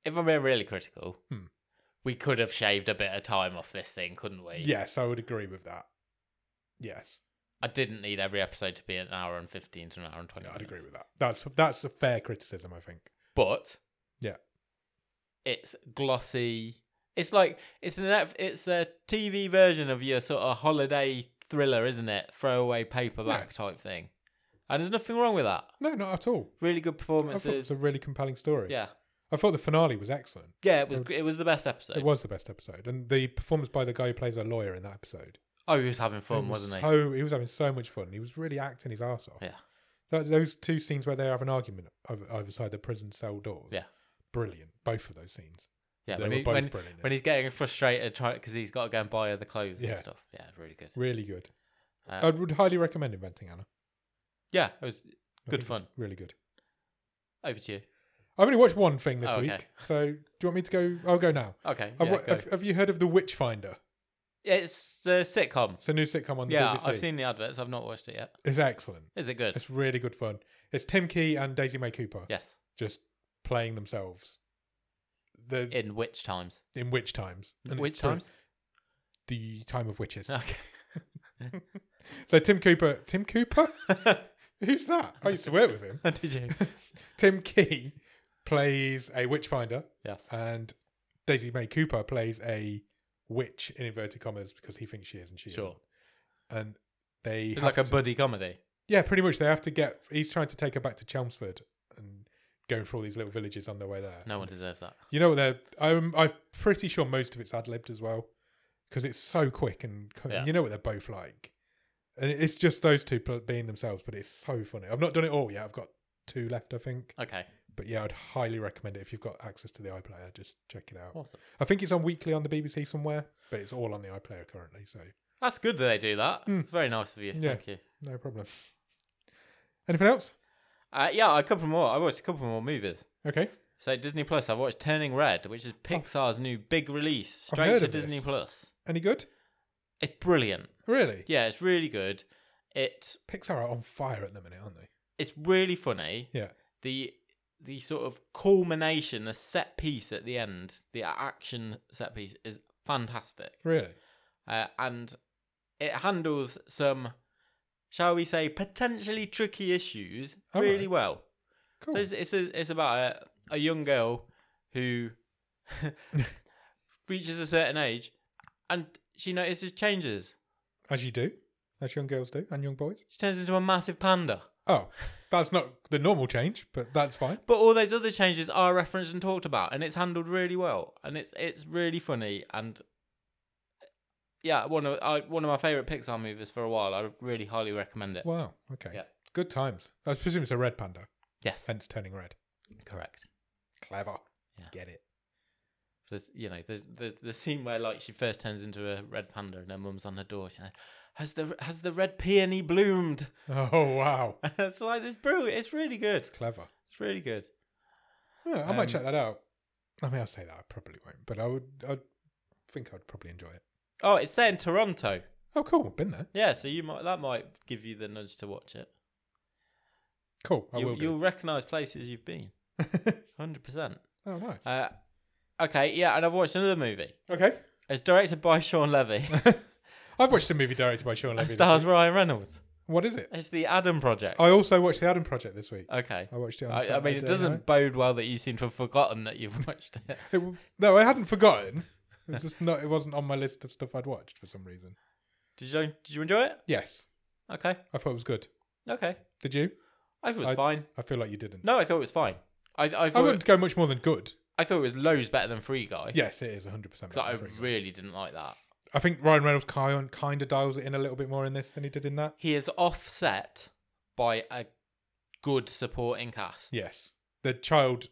if I'm being really critical,
Hmm.
we could have shaved a bit of time off this thing, couldn't we?
Yes, I would agree with that. Yes,
I didn't need every episode to be an hour and 15 to an hour and 20
no, I'd
minutes.
agree with that. That's that's a fair criticism, I think.
But
Yeah.
It's glossy. It's like it's an F- it's a TV version of your sort of holiday thriller, isn't it? Throwaway paperback type thing. And there's nothing wrong with that.
No, not at all.
Really good
I thought it
performances.
was a really compelling story.
yeah,
I thought the finale was excellent.
yeah, it was. gr- It was the best episode.
It was the best episode, and the performance by the guy who plays a lawyer in that episode.
Oh, he was having fun,
It was
wasn't he?
So he was having so much fun. He was really acting his ass off.
Yeah.
Tho- those two scenes where they have an argument over, over side the prison cell doors.
Yeah.
Brilliant. Both of those scenes.
yeah,
they
when,
were
he,
both
when,
brilliant.
when he's getting frustrated because he's got to go and buy other clothes
Yeah.
and stuff. Yeah, it's really good.
really good.
Uh,
I would highly recommend inventing Anna.
yeah, it was
I think
Good
it's
fun.
Really good.
over to you.
I've only watched one thing this
Oh, okay.
week, so do you want me to go? I'll go now.
Okay,
I've
yeah,
wa-
go.
have, have you heard of The Witchfinder?
it's the sitcom.
It's a new sitcom on the
Yeah,
BBC.
I've seen the adverts. I've not watched it yet.
It's excellent.
Is it good?
It's really good fun. It's Tim Key and Daisy May Cooper
Yes.
just playing themselves. The
In which times?
in witch times. And
Which
it's brilliant.
times?
The time of witches.
Okay.
So Tim Cooper. Tim Cooper? Who's that? I used to work with him.
Did you?
Tim Key plays a witchfinder,
Yes.
and Daisy May Cooper plays a witch in inverted commas because he thinks she is and she
Sure.
isn't. And they
It's
have
like a
to-
buddy comedy.
yeah, pretty much they have to get. He's trying to take her back to Chelmsford and going through all these little villages on their way there.
No one deserves that.
You know what? They're. I'm. I'm pretty sure most of it's ad libbed as well, because it's so quick and co-
Yeah.
you know what they're both like, and it's just those two pl- being themselves. But it's so funny. I've not done it all yet. I've got two left, I think.
Okay.
But yeah, I'd highly recommend it if you've got access to the iPlayer. Just check it out.
Awesome.
I think it's on weekly on the BBC somewhere, but it's all on the iPlayer currently. So
That's good that they do that.
Mm.
Very nice of you.
Yeah.
Thank you.
no problem. Anything else?
Uh, yeah, a couple more. I watched a couple more movies.
Okay.
So Disney Plus, I watched Turning Red, which is Pixar's new big
Oh.
release,
I've
straight
heard
to
of
Disney
this.
Plus.
Any good?
It's brilliant.
Really?
Yeah, it's really good. It
Pixar are on fire at the minute, aren't they?
it's really funny.
Yeah.
The the sort of culmination, the set piece at the end, the action set piece is fantastic.
Really?
uh, and it handles some, shall we say, potentially tricky issues
All
really
right.
well.
Cool.
So it's it's, a, it's about a, a young girl who reaches a certain age, and she notices changes.
as you do, as young girls do, and young boys.
She turns into a massive panda.
Oh, that's not the normal change, but that's fine.
But all those other changes are referenced and talked about, and it's handled really well, and it's it's really funny and. Yeah, one of I, one of my favorite Pixar movies for a while. I really highly recommend it.
Wow. Okay.
Yeah.
Good times. I presume it's a red panda,
yes,
hence turning red.
correct.
Clever.
Yeah.
Get it.
There's, you know, there's, there's the scene where like she first turns into a red panda and her mum's on her door. She's like, "Has the has the red peony bloomed?"
Oh wow.
And it's like it's brilliant. It's really good.
It's clever.
It's really good.
Yeah, I
Um,
might check that out. I mean, I'll say that I probably won't, but I would. I think I'd probably enjoy it.
Oh, it's set in Toronto.
Oh, cool. Been there.
Yeah, so you might that might give you the nudge to watch it.
Cool. I
You,
will.
you'll
Do.
recognise places you've been. Hundred percent.
oh, nice.
Uh, okay, yeah, and I've watched another movie.
Okay.
It's directed by Sean Levy
I've watched a movie directed by Sean
and
Levy. this
stars
week.
Ryan Reynolds.
What is it?
It's the Adam Project.
I also watched the Adam Project this week.
okay.
Oh, I watched it. On
I, I mean,
Saturday
it doesn't
night.
bode well that you seem to have forgotten that you've watched it.
It w- no, I hadn't forgotten. It was just not. It wasn't on my list of stuff I'd watched for some reason.
Did you did you enjoy it?
Yes,
Okay,
I thought it was good.
okay.
Did you?
I thought it was
I-
fine.
I feel like you didn't.
No, I thought it was fine. I I
I
thought
wouldn't go much more than good.
I thought it was loads better than Free Guy.
Yes, it is 100. percent
'Cause I really didn't like that.
I think Ryan Reynolds kind kind of dials it in a little bit more in this than he did in that.
He is offset by a good supporting cast.
Yes, the child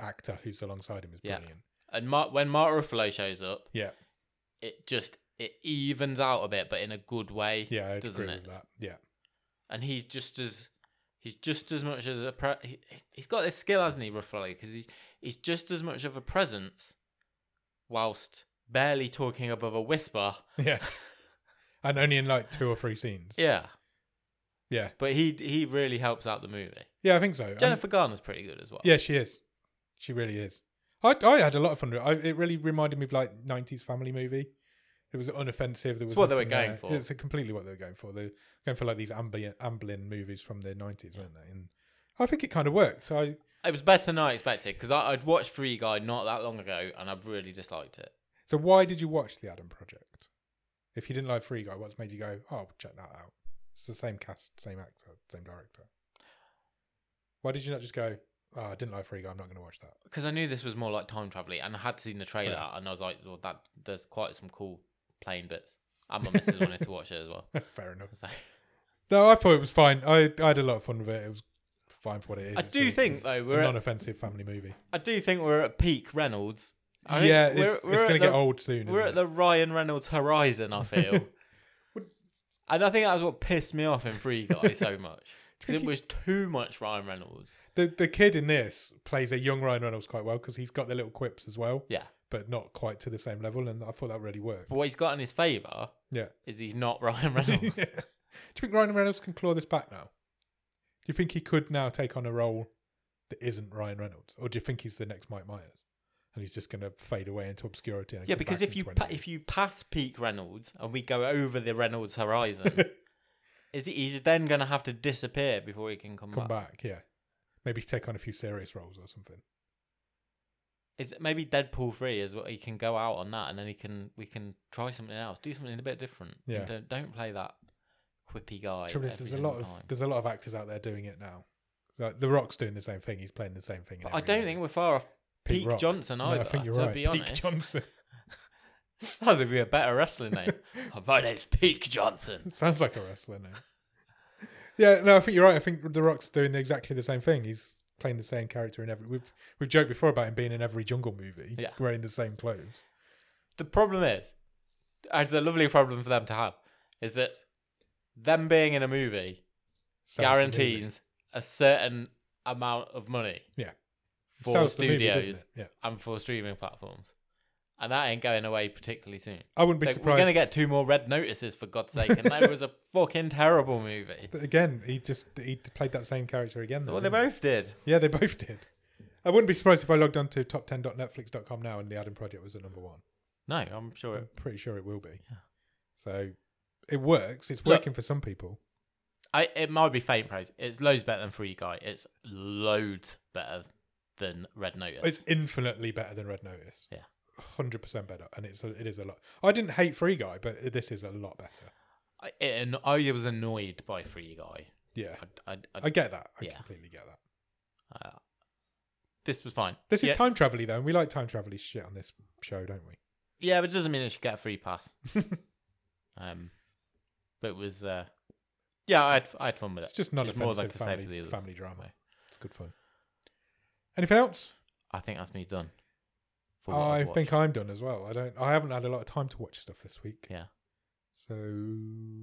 actor who's alongside him is
Yeah.
brilliant.
And Mar- when Mark Ruffalo shows up,
Yeah,
it just it evens out a bit, but in a good way.
yeah, I
Doesn't
agree
it?
with that. Yeah,
and he's just as he's just as much as a pre- he, he's got this skill hasn't he Ruffalo because he's he's just as much of a presence whilst barely talking above a whisper
yeah, and only in like two or three scenes. Yeah,
yeah
yeah,
but he he really helps out the movie
I think so. And-
Jennifer Garner's pretty good as well
Yeah, she is. She really is. I, I had a lot of fun. with it. I, it really reminded me of like '90s family movie. It was unoffensive. There was
It's what they were
nothing
going
there.
for.
It's completely what they were going for. They were going for like these ambient, Amblin movies from the '90s, weren't they? And I think it kind of worked. I
it was better than I expected because I'd watched Free Guy not that long ago and I really disliked it
so why did you watch the Adam Project? If you didn't like Free Guy, what's made you go? Oh, check that out. It's the same cast, same actor, same director. Why did you not just go? Oh, I didn't like Free Guy. I'm not going to watch that.
because I knew this was more like time travel and I had seen the trailer
Fair.
and I was like, well, that there's quite some cool playing bits. And my missus wanted to watch it as well.
Fair enough.
So.
No, I thought it was fine. I, I had a lot of fun with it. It was fine for what it is.
I
It's
do
a-
think though
it's a
we're at,
non-offensive family movie.
I do think we're at peak Reynolds. I think
yeah, it's, it's
at
going to get
the-
old soon.
We're
isn't
at the Ryan Reynolds horizon. I feel,
Would-
and I think that was what pissed me off in Free Guy so much because
Think
it was too much Ryan Reynolds.
The the kid in this plays a young Ryan Reynolds quite well because he's got the little quips as well.
Yeah.
but not quite to the same level, and I thought that really worked.
But what he's got in his favour
Yeah.
is he's not Ryan
Do
Reynolds.
you think Ryan Reynolds can claw this back now? Do you think he could now take on a role that isn't Ryan Reynolds, or do you think he's the next Mike Myers, and he's just going to fade away into obscurity? And
yeah,
come
because
back
if
in
you
20
pa- if you pass peak Reynolds and we go over the Reynolds horizon, is he, he's then going to have to disappear before he can come,
come
back.
back, yeah, maybe take on a few serious roles or something.
It's maybe Deadpool three is what he can go out on that, and then he can we can try something else, do something a bit different. And
Yeah.
Don't don't play that quippy guy.
Trouble is,
every
there's a
single
lot of
time.
there's a lot of actors out there doing it now. Like The Rock's doing the same thing. He's playing the same thing. in
But I
every
don't
movie.
think we're far off
Pete
Pete,
Rock.
Johnson either.
No, I think you're
to
right.
be
Pete
honest,
Johnson
that would be a better wrestling name. Oh, My name's Pete Johnson.
sounds like a wrestler name. yeah, no, I think you're right. I think The Rock's doing exactly the same thing. He's playing the same character in every. We've we've joked before about him being in every jungle movie,
Yeah.
wearing the same clothes.
The problem is, it's a lovely problem for them to have, is that them being in a movie
Sells the movie.
guarantees a certain amount of money
Yeah.
for
Sells the movie,
studios
doesn't it? yeah,
and for streaming platforms. And that ain't going away particularly soon.
I wouldn't be
Like, we're
surprised.
going to get two more red notices, for God's sake. And that was a fucking terrible movie.
But again, he just he played that same character again. Though,
Well, they
didn't he?
both did.
Yeah, they both did. I wouldn't be surprised if I logged on to top10.netflix.com now and the Adam Project was the number one.
No, I'm sure.
I'm
it-
pretty sure it will be.
Yeah.
So it works. It's
Look-
working for some people.
I, it might be faint praise. It's loads better than Free Guy. It's loads better than Red Notice.
It's infinitely better than Red Notice.
Yeah.
hundred percent better, and it's a, it is a lot. I didn't hate Free Guy, but this is a lot better.
I, it, anno- I was annoyed by Free Guy.
Yeah,
I, I, I,
I get that. I
Yeah.
completely get that.
uh, this was fine.
This
yeah,
is time travel though, and we like time travel shit on this show, don't we?
yeah, but it doesn't mean it should get a free pass. um, but it was, uh, yeah, I had, I had fun with
It's
it.
just non
It's more
offensive
like a save for the
family,
others.
family drama. It's good fun. Anything else?
I think that's me done. for what
I
I've
think
watched.
I'm done as well. I don't. I haven't had a lot of time to watch stuff this week.
Yeah.
So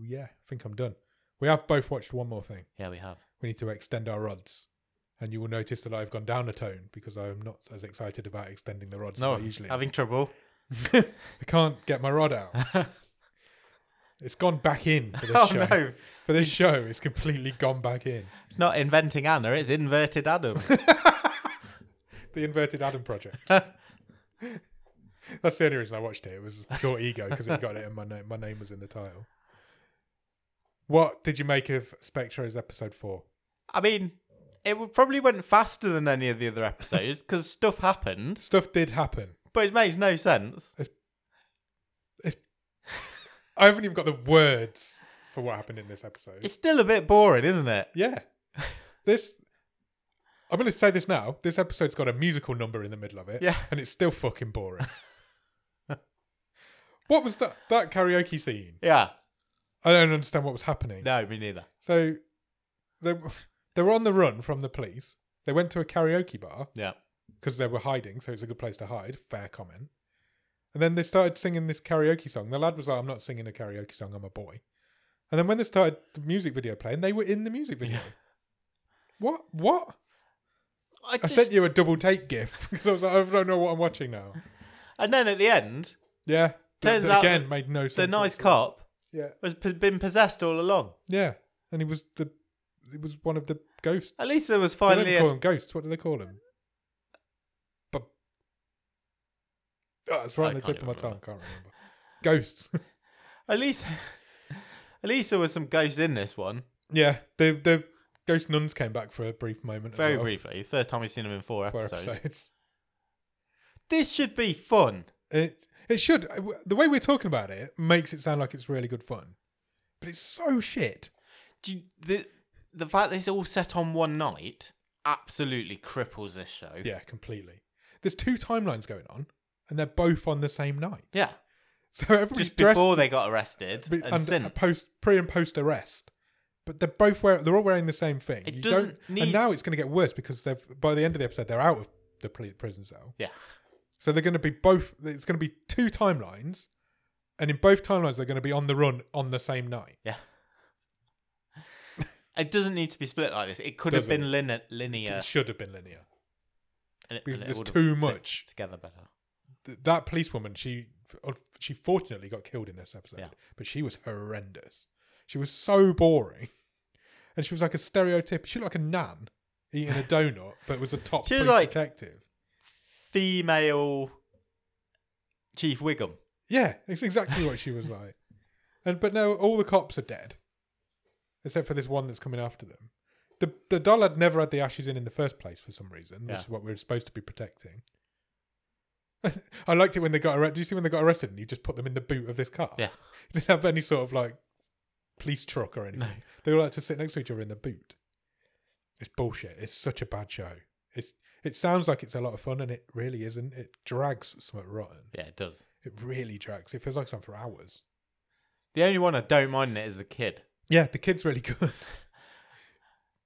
yeah, I think I'm done. We have both watched one more thing.
yeah, we have.
we need to extend our rods. And you will notice that I've gone down a tone because I'm not as excited about extending the rods
No,
as I usually. am.
having trouble.
I can't get my rod out.
oh
It's gone back in for this show.
no,
For this show, it's completely gone back in.
it's not inventing Anna, it's inverted Adam.
The inverted Adam project. That's the only reason I watched it. It was pure ego because it got it, and my name my name was in the title. What did you make of Spectro's episode four?
I mean, it would- probably went faster than any of the other episodes because stuff happened,
Stuff did happen.
but it makes no sense.
I haven't even got the words for what happened in this episode.
It's still a bit boring, isn't it?
Yeah. This. I'm going to say this now. This episode's got a musical number in the middle of it.
Yeah.
And it's still fucking boring. what was that? That karaoke scene.
Yeah.
I don't understand what was happening.
No, me neither.
So they, they were on the run from the police. They went to a karaoke bar
Yeah.
because they were hiding, so it's a good place to hide. Fair comment. And then they started singing this karaoke song. The lad was like, I'm not singing a karaoke song, I'm a boy. And then when they started the music video playing, they were in the music video. What? What?
I
I
just,
sent you a double take gif because I was like, I don't know what I'm watching now.
And then at the end,
Yeah. But-
Turns
but
out
again,
that
made no sense.
the nice
whatsoever.
cop
Yeah.
has p- been possessed all along.
Yeah. And he was the, he was one of the ghosts.
At least there was
They don't
finally
call
a.
them ghosts. What do they call them? But oh, it's
I
right on the
can't
tip of my
even
tongue.
remember.
Can't remember. Ghosts.
At least, at least there was some ghosts in this one.
yeah. The the ghost nuns came back for a brief moment. as
Very
well,
briefly, first time we've seen them in four
for
episodes.
episodes.
This should be fun.
It it should. uh, The way we're talking about it makes it sound like it's really good fun, but it's so shit.
Do you, the the fact that it's all set on one night absolutely cripples this show.
Yeah, completely. There's two timelines going on, and they're both on the same night.
Yeah.
So everybody's
Just
dressed
before they got arrested
be-
and, since.
post pre and post arrest. But they're both wearing they're all wearing the same thing.
It
You
doesn't
don't-
need-
And now it's going to get worse because they've by the end of the episode they're out of the pri- prison cell.
Yeah.
So they're going to be both. It's going to be two timelines, and in both timelines they're going to be on the run on the same night.
Yeah. It doesn't need to be split like this. It could have
Doesn't.
been lin- linear.
It should have been linear
and it-
because
and it
there's
would've
too
fit
much.
Together better.
Th- That policewoman, she uh, she fortunately got killed in this episode,
Yeah.
but she was horrendous. She was so boring, and she was like a stereotype. She looked like a nan eating a donut, but was a top
She was
police
like-
detective.
Female Chief Wiggum.
Yeah, it's exactly what she was like. And but now all the cops are dead, except for this one that's coming after them. The the doll had never had the ashes in in the first place for some reason,
Yeah.
which is what we are supposed to be protecting. I liked it when they got arrested. Do you see when they got arrested and you just put them in the boot of this car?
Yeah.
They didn't have any sort of like police truck or anything.
No.
They all had to sit next to each other in the boot. It's bullshit. It's such a bad show. It's it sounds like it's a lot of fun and it really isn't. It drags somewhat rotten.
Yeah, it does.
It really drags. It feels like something for hours.
The only one I don't mind in it is the kid.
Yeah, the kid's really good.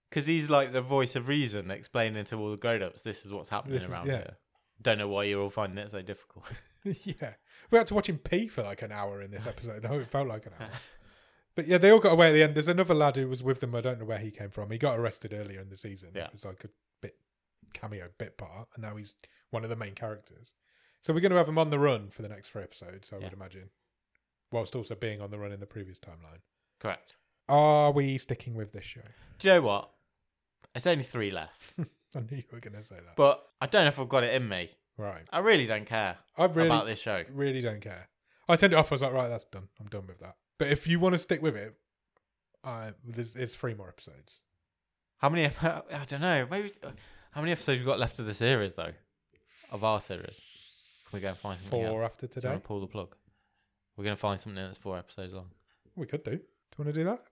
Because he's like the voice of reason explaining to all the grown ups this is what's happening
This is-
around
yeah.
here. Don't know why you're all finding it so difficult.
yeah. We had to watch him pee for like an hour in this episode, though it felt like an hour. But yeah, they all got away at the end. There's another lad who was with them. I don't know where he came from. He got arrested earlier in the season.
Yeah.
It was like a bit cameo, bit part, and now he's one of the main characters. So we're going to have him on the run for the next three episodes, I
Yeah.
would imagine, whilst also being on the run in the previous timeline.
Correct.
Are we sticking with this show?
Do you know what? There's only three left.
I knew you were going to say that.
But I don't know if I've got it in me.
right.
I really don't care
I really
about this show.
really don't care. I turned it off. I was like, right, that's done. I'm done with that. But if you want to stick with it, uh, there's, there's three more episodes.
How many? ep- I don't know. Maybe how many episodes we got left of the series though, of our series? Can we go and find something
Four
else?
after
Do you
today.
wanna pull the plug. We're gonna find something that's four episodes long.
We could do. Do you want to do that?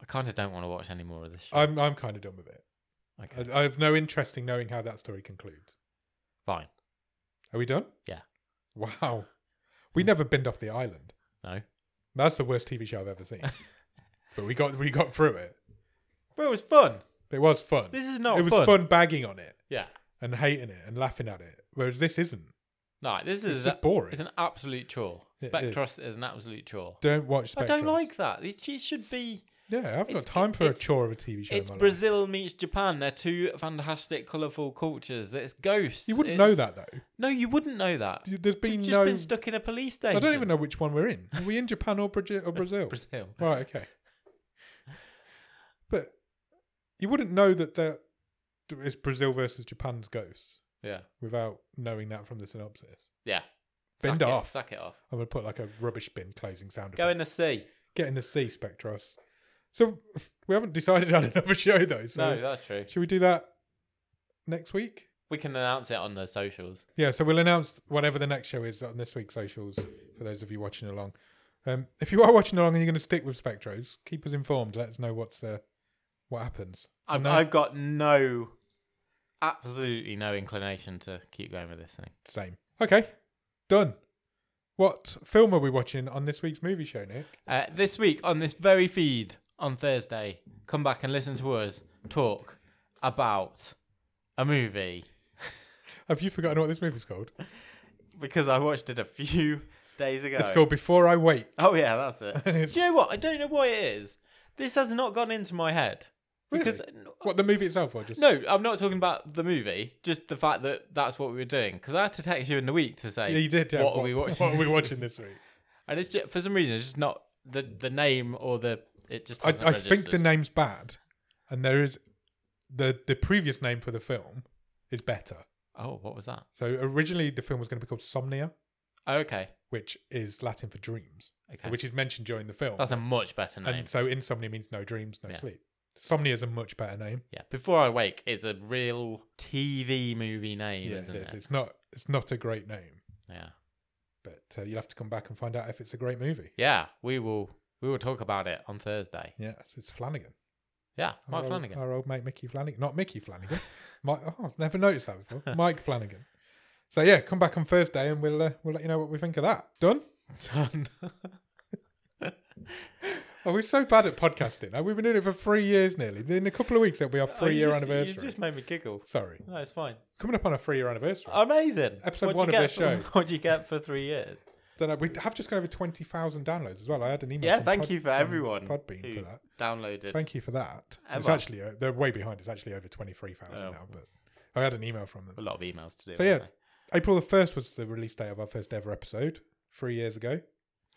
I kind of don't want to watch any more of this. Show.
I'm I'm kind of done with it.
okay,
I, I have no interest in knowing how that story concludes.
fine.
Are we done?
Yeah.
Wow. We
Hmm.
never binned off the island.
No,
That's the worst TV show I've ever seen. but we got we got through it.
well, it was fun.
It was fun.
This is not
it was
fun.
fun bagging on it
Yeah,
and hating it and laughing at it. Whereas this isn't.
no, this
It's
is
just
a-
boring.
it's an absolute chore.
It is.
Spectros is an absolute chore.
Don't watch. Spectros.
I don't like that. It, it should be.
Yeah, I haven't got
It's-
time for a
it's-
chore of a TV show. in
It's
my life.
Brazil meets Japan. They're two fantastic, colourful cultures. It's ghosts.
You wouldn't
It's-
know that though.
No, you wouldn't know that.
You- There's been
You've just
no.
been stuck in a police station.
I don't even know which one we're in. Are we in Japan or, Brazil or Brazil?
Brazil.
Right. Okay. But you wouldn't know that there is Brazil versus Japan's ghosts
Yeah.
without knowing that from the synopsis.
Yeah.
Bend
Suck it-
off.
Suck it off.
I'm gonna put like a rubbish bin closing sound.
Go
effect.
in the sea.
Get in the sea, Spectros. So we haven't decided on another show though. So
no, that's true.
should we do that next week?
We can announce it on the socials.
Yeah, so we'll announce whatever the next show is on this week's socials for those of you watching along. Um, if you are watching along and you're going to stick with Spectros, keep us informed. Let us know what's uh, what happens.
I've,
No.
I've got no, absolutely no inclination to keep going with this thing.
Same. Okay, done. What film are we watching on this week's movie show, Nick?
Uh, this week on this very feed on Thursday, come back and listen to us talk about a movie
Have you forgotten what this movie's called?
because I watched it a few days ago.
It's called Before I Wait.
Oh yeah, that's it.
And it's-
Do you know what? I don't know why it is. This has not gone into my head because
What the movie itself, or just
no, I'm not talking about the movie. Just the fact that that's what we were doing. Because I had to text you in the week to say
Yeah, you did. Yeah.
what, are we watching,
What are we watching this week?
and it's just, for some reason it's just not the the name or the it just.
I,
hasn't
I think the
registered.
name's bad, and there is the the previous name for the film is better.
Oh, what was that?
So originally the film was going to be called Somnia,
Oh, okay,
which is Latin for dreams,
okay.
which is mentioned during the film.
that's a much better name.
and so insomnia means no dreams, no
Yeah.
sleep. Somnia is a much better name.
yeah, before I wake is a real TV movie name,
Yeah, it
isn't
is.
it?
It's not. It's not a great name,
Yeah,
but uh, you'll have to come back and find out if it's a great movie.
yeah. We will we will talk about it on Thursday.
Yes, it's Flanagan.
Yeah,
Our
Mike
old-
Flanagan.
Our old mate Mickey Flanagan. Not Mickey Flanagan. Mike, oh, I've never noticed that before. Mike Flanagan. So yeah, come back on Thursday and we'll uh, we'll let you know what we think of that. Done.
Done.
uh, Oh, we're so bad at podcasting. Uh, We've been doing it for three years nearly. In a couple of weeks, it'll be our
Oh, you
three-year
just-
anniversary.
You just made me giggle.
Sorry,
No, it's fine.
coming up on our three-year anniversary.
Oh. Amazing.
Episode
What'd
one
you
of
get
this
for-
show.
What'd you get for three years?
Don't know. We have just got over twenty thousand downloads as well. I had an email.
Yeah,
from
thank
Pod-
you for
from
everyone
Podbean
who
for that.
downloaded.
Thank you for that. It's
Ever.
actually uh, they're way behind. It's actually over twenty-three thousand
Oh.
now. But I had an email from them.
A lot of emails to do.
So, yeah.
weren't they?
April the first was the release date of our first ever episode three years ago.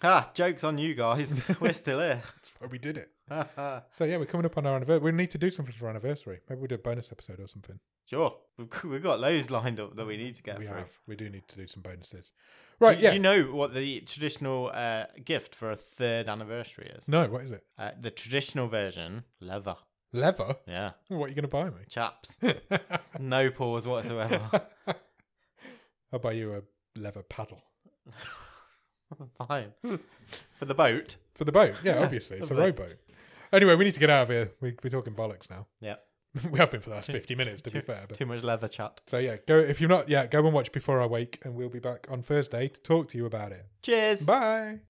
Ah, jokes on you guys. We're still here.
That's why we did it.
sure.
So yeah, we're coming up on our anniversary. We need to do something for our anniversary. Maybe we'll do a bonus episode or something.
We've, g- we've got loads lined up that we need to get
we
through.
have. We do need to do some bonuses.
Do-
Right.
do,
yeah.
you know what the traditional uh, gift for a third anniversary is?
no. What is it?
Uh, the traditional version, leather.
Leather.
Yeah,
What are you going to buy me?
chaps. no pause whatsoever.
I'll buy you a leather paddle
Fine. For the boat.
for the boat. Yeah, obviously it's a
Lovely.
rowboat. Anyway, we need to get out of here. We, we're talking bollocks now.
Yeah.
we have been for the last fifty minutes, to be fair. But
Too much leather chat.
so yeah, go if you're not yeah, go and watch Before I Wake, and we'll be back on Thursday to talk to you about it.
Cheers.
Bye.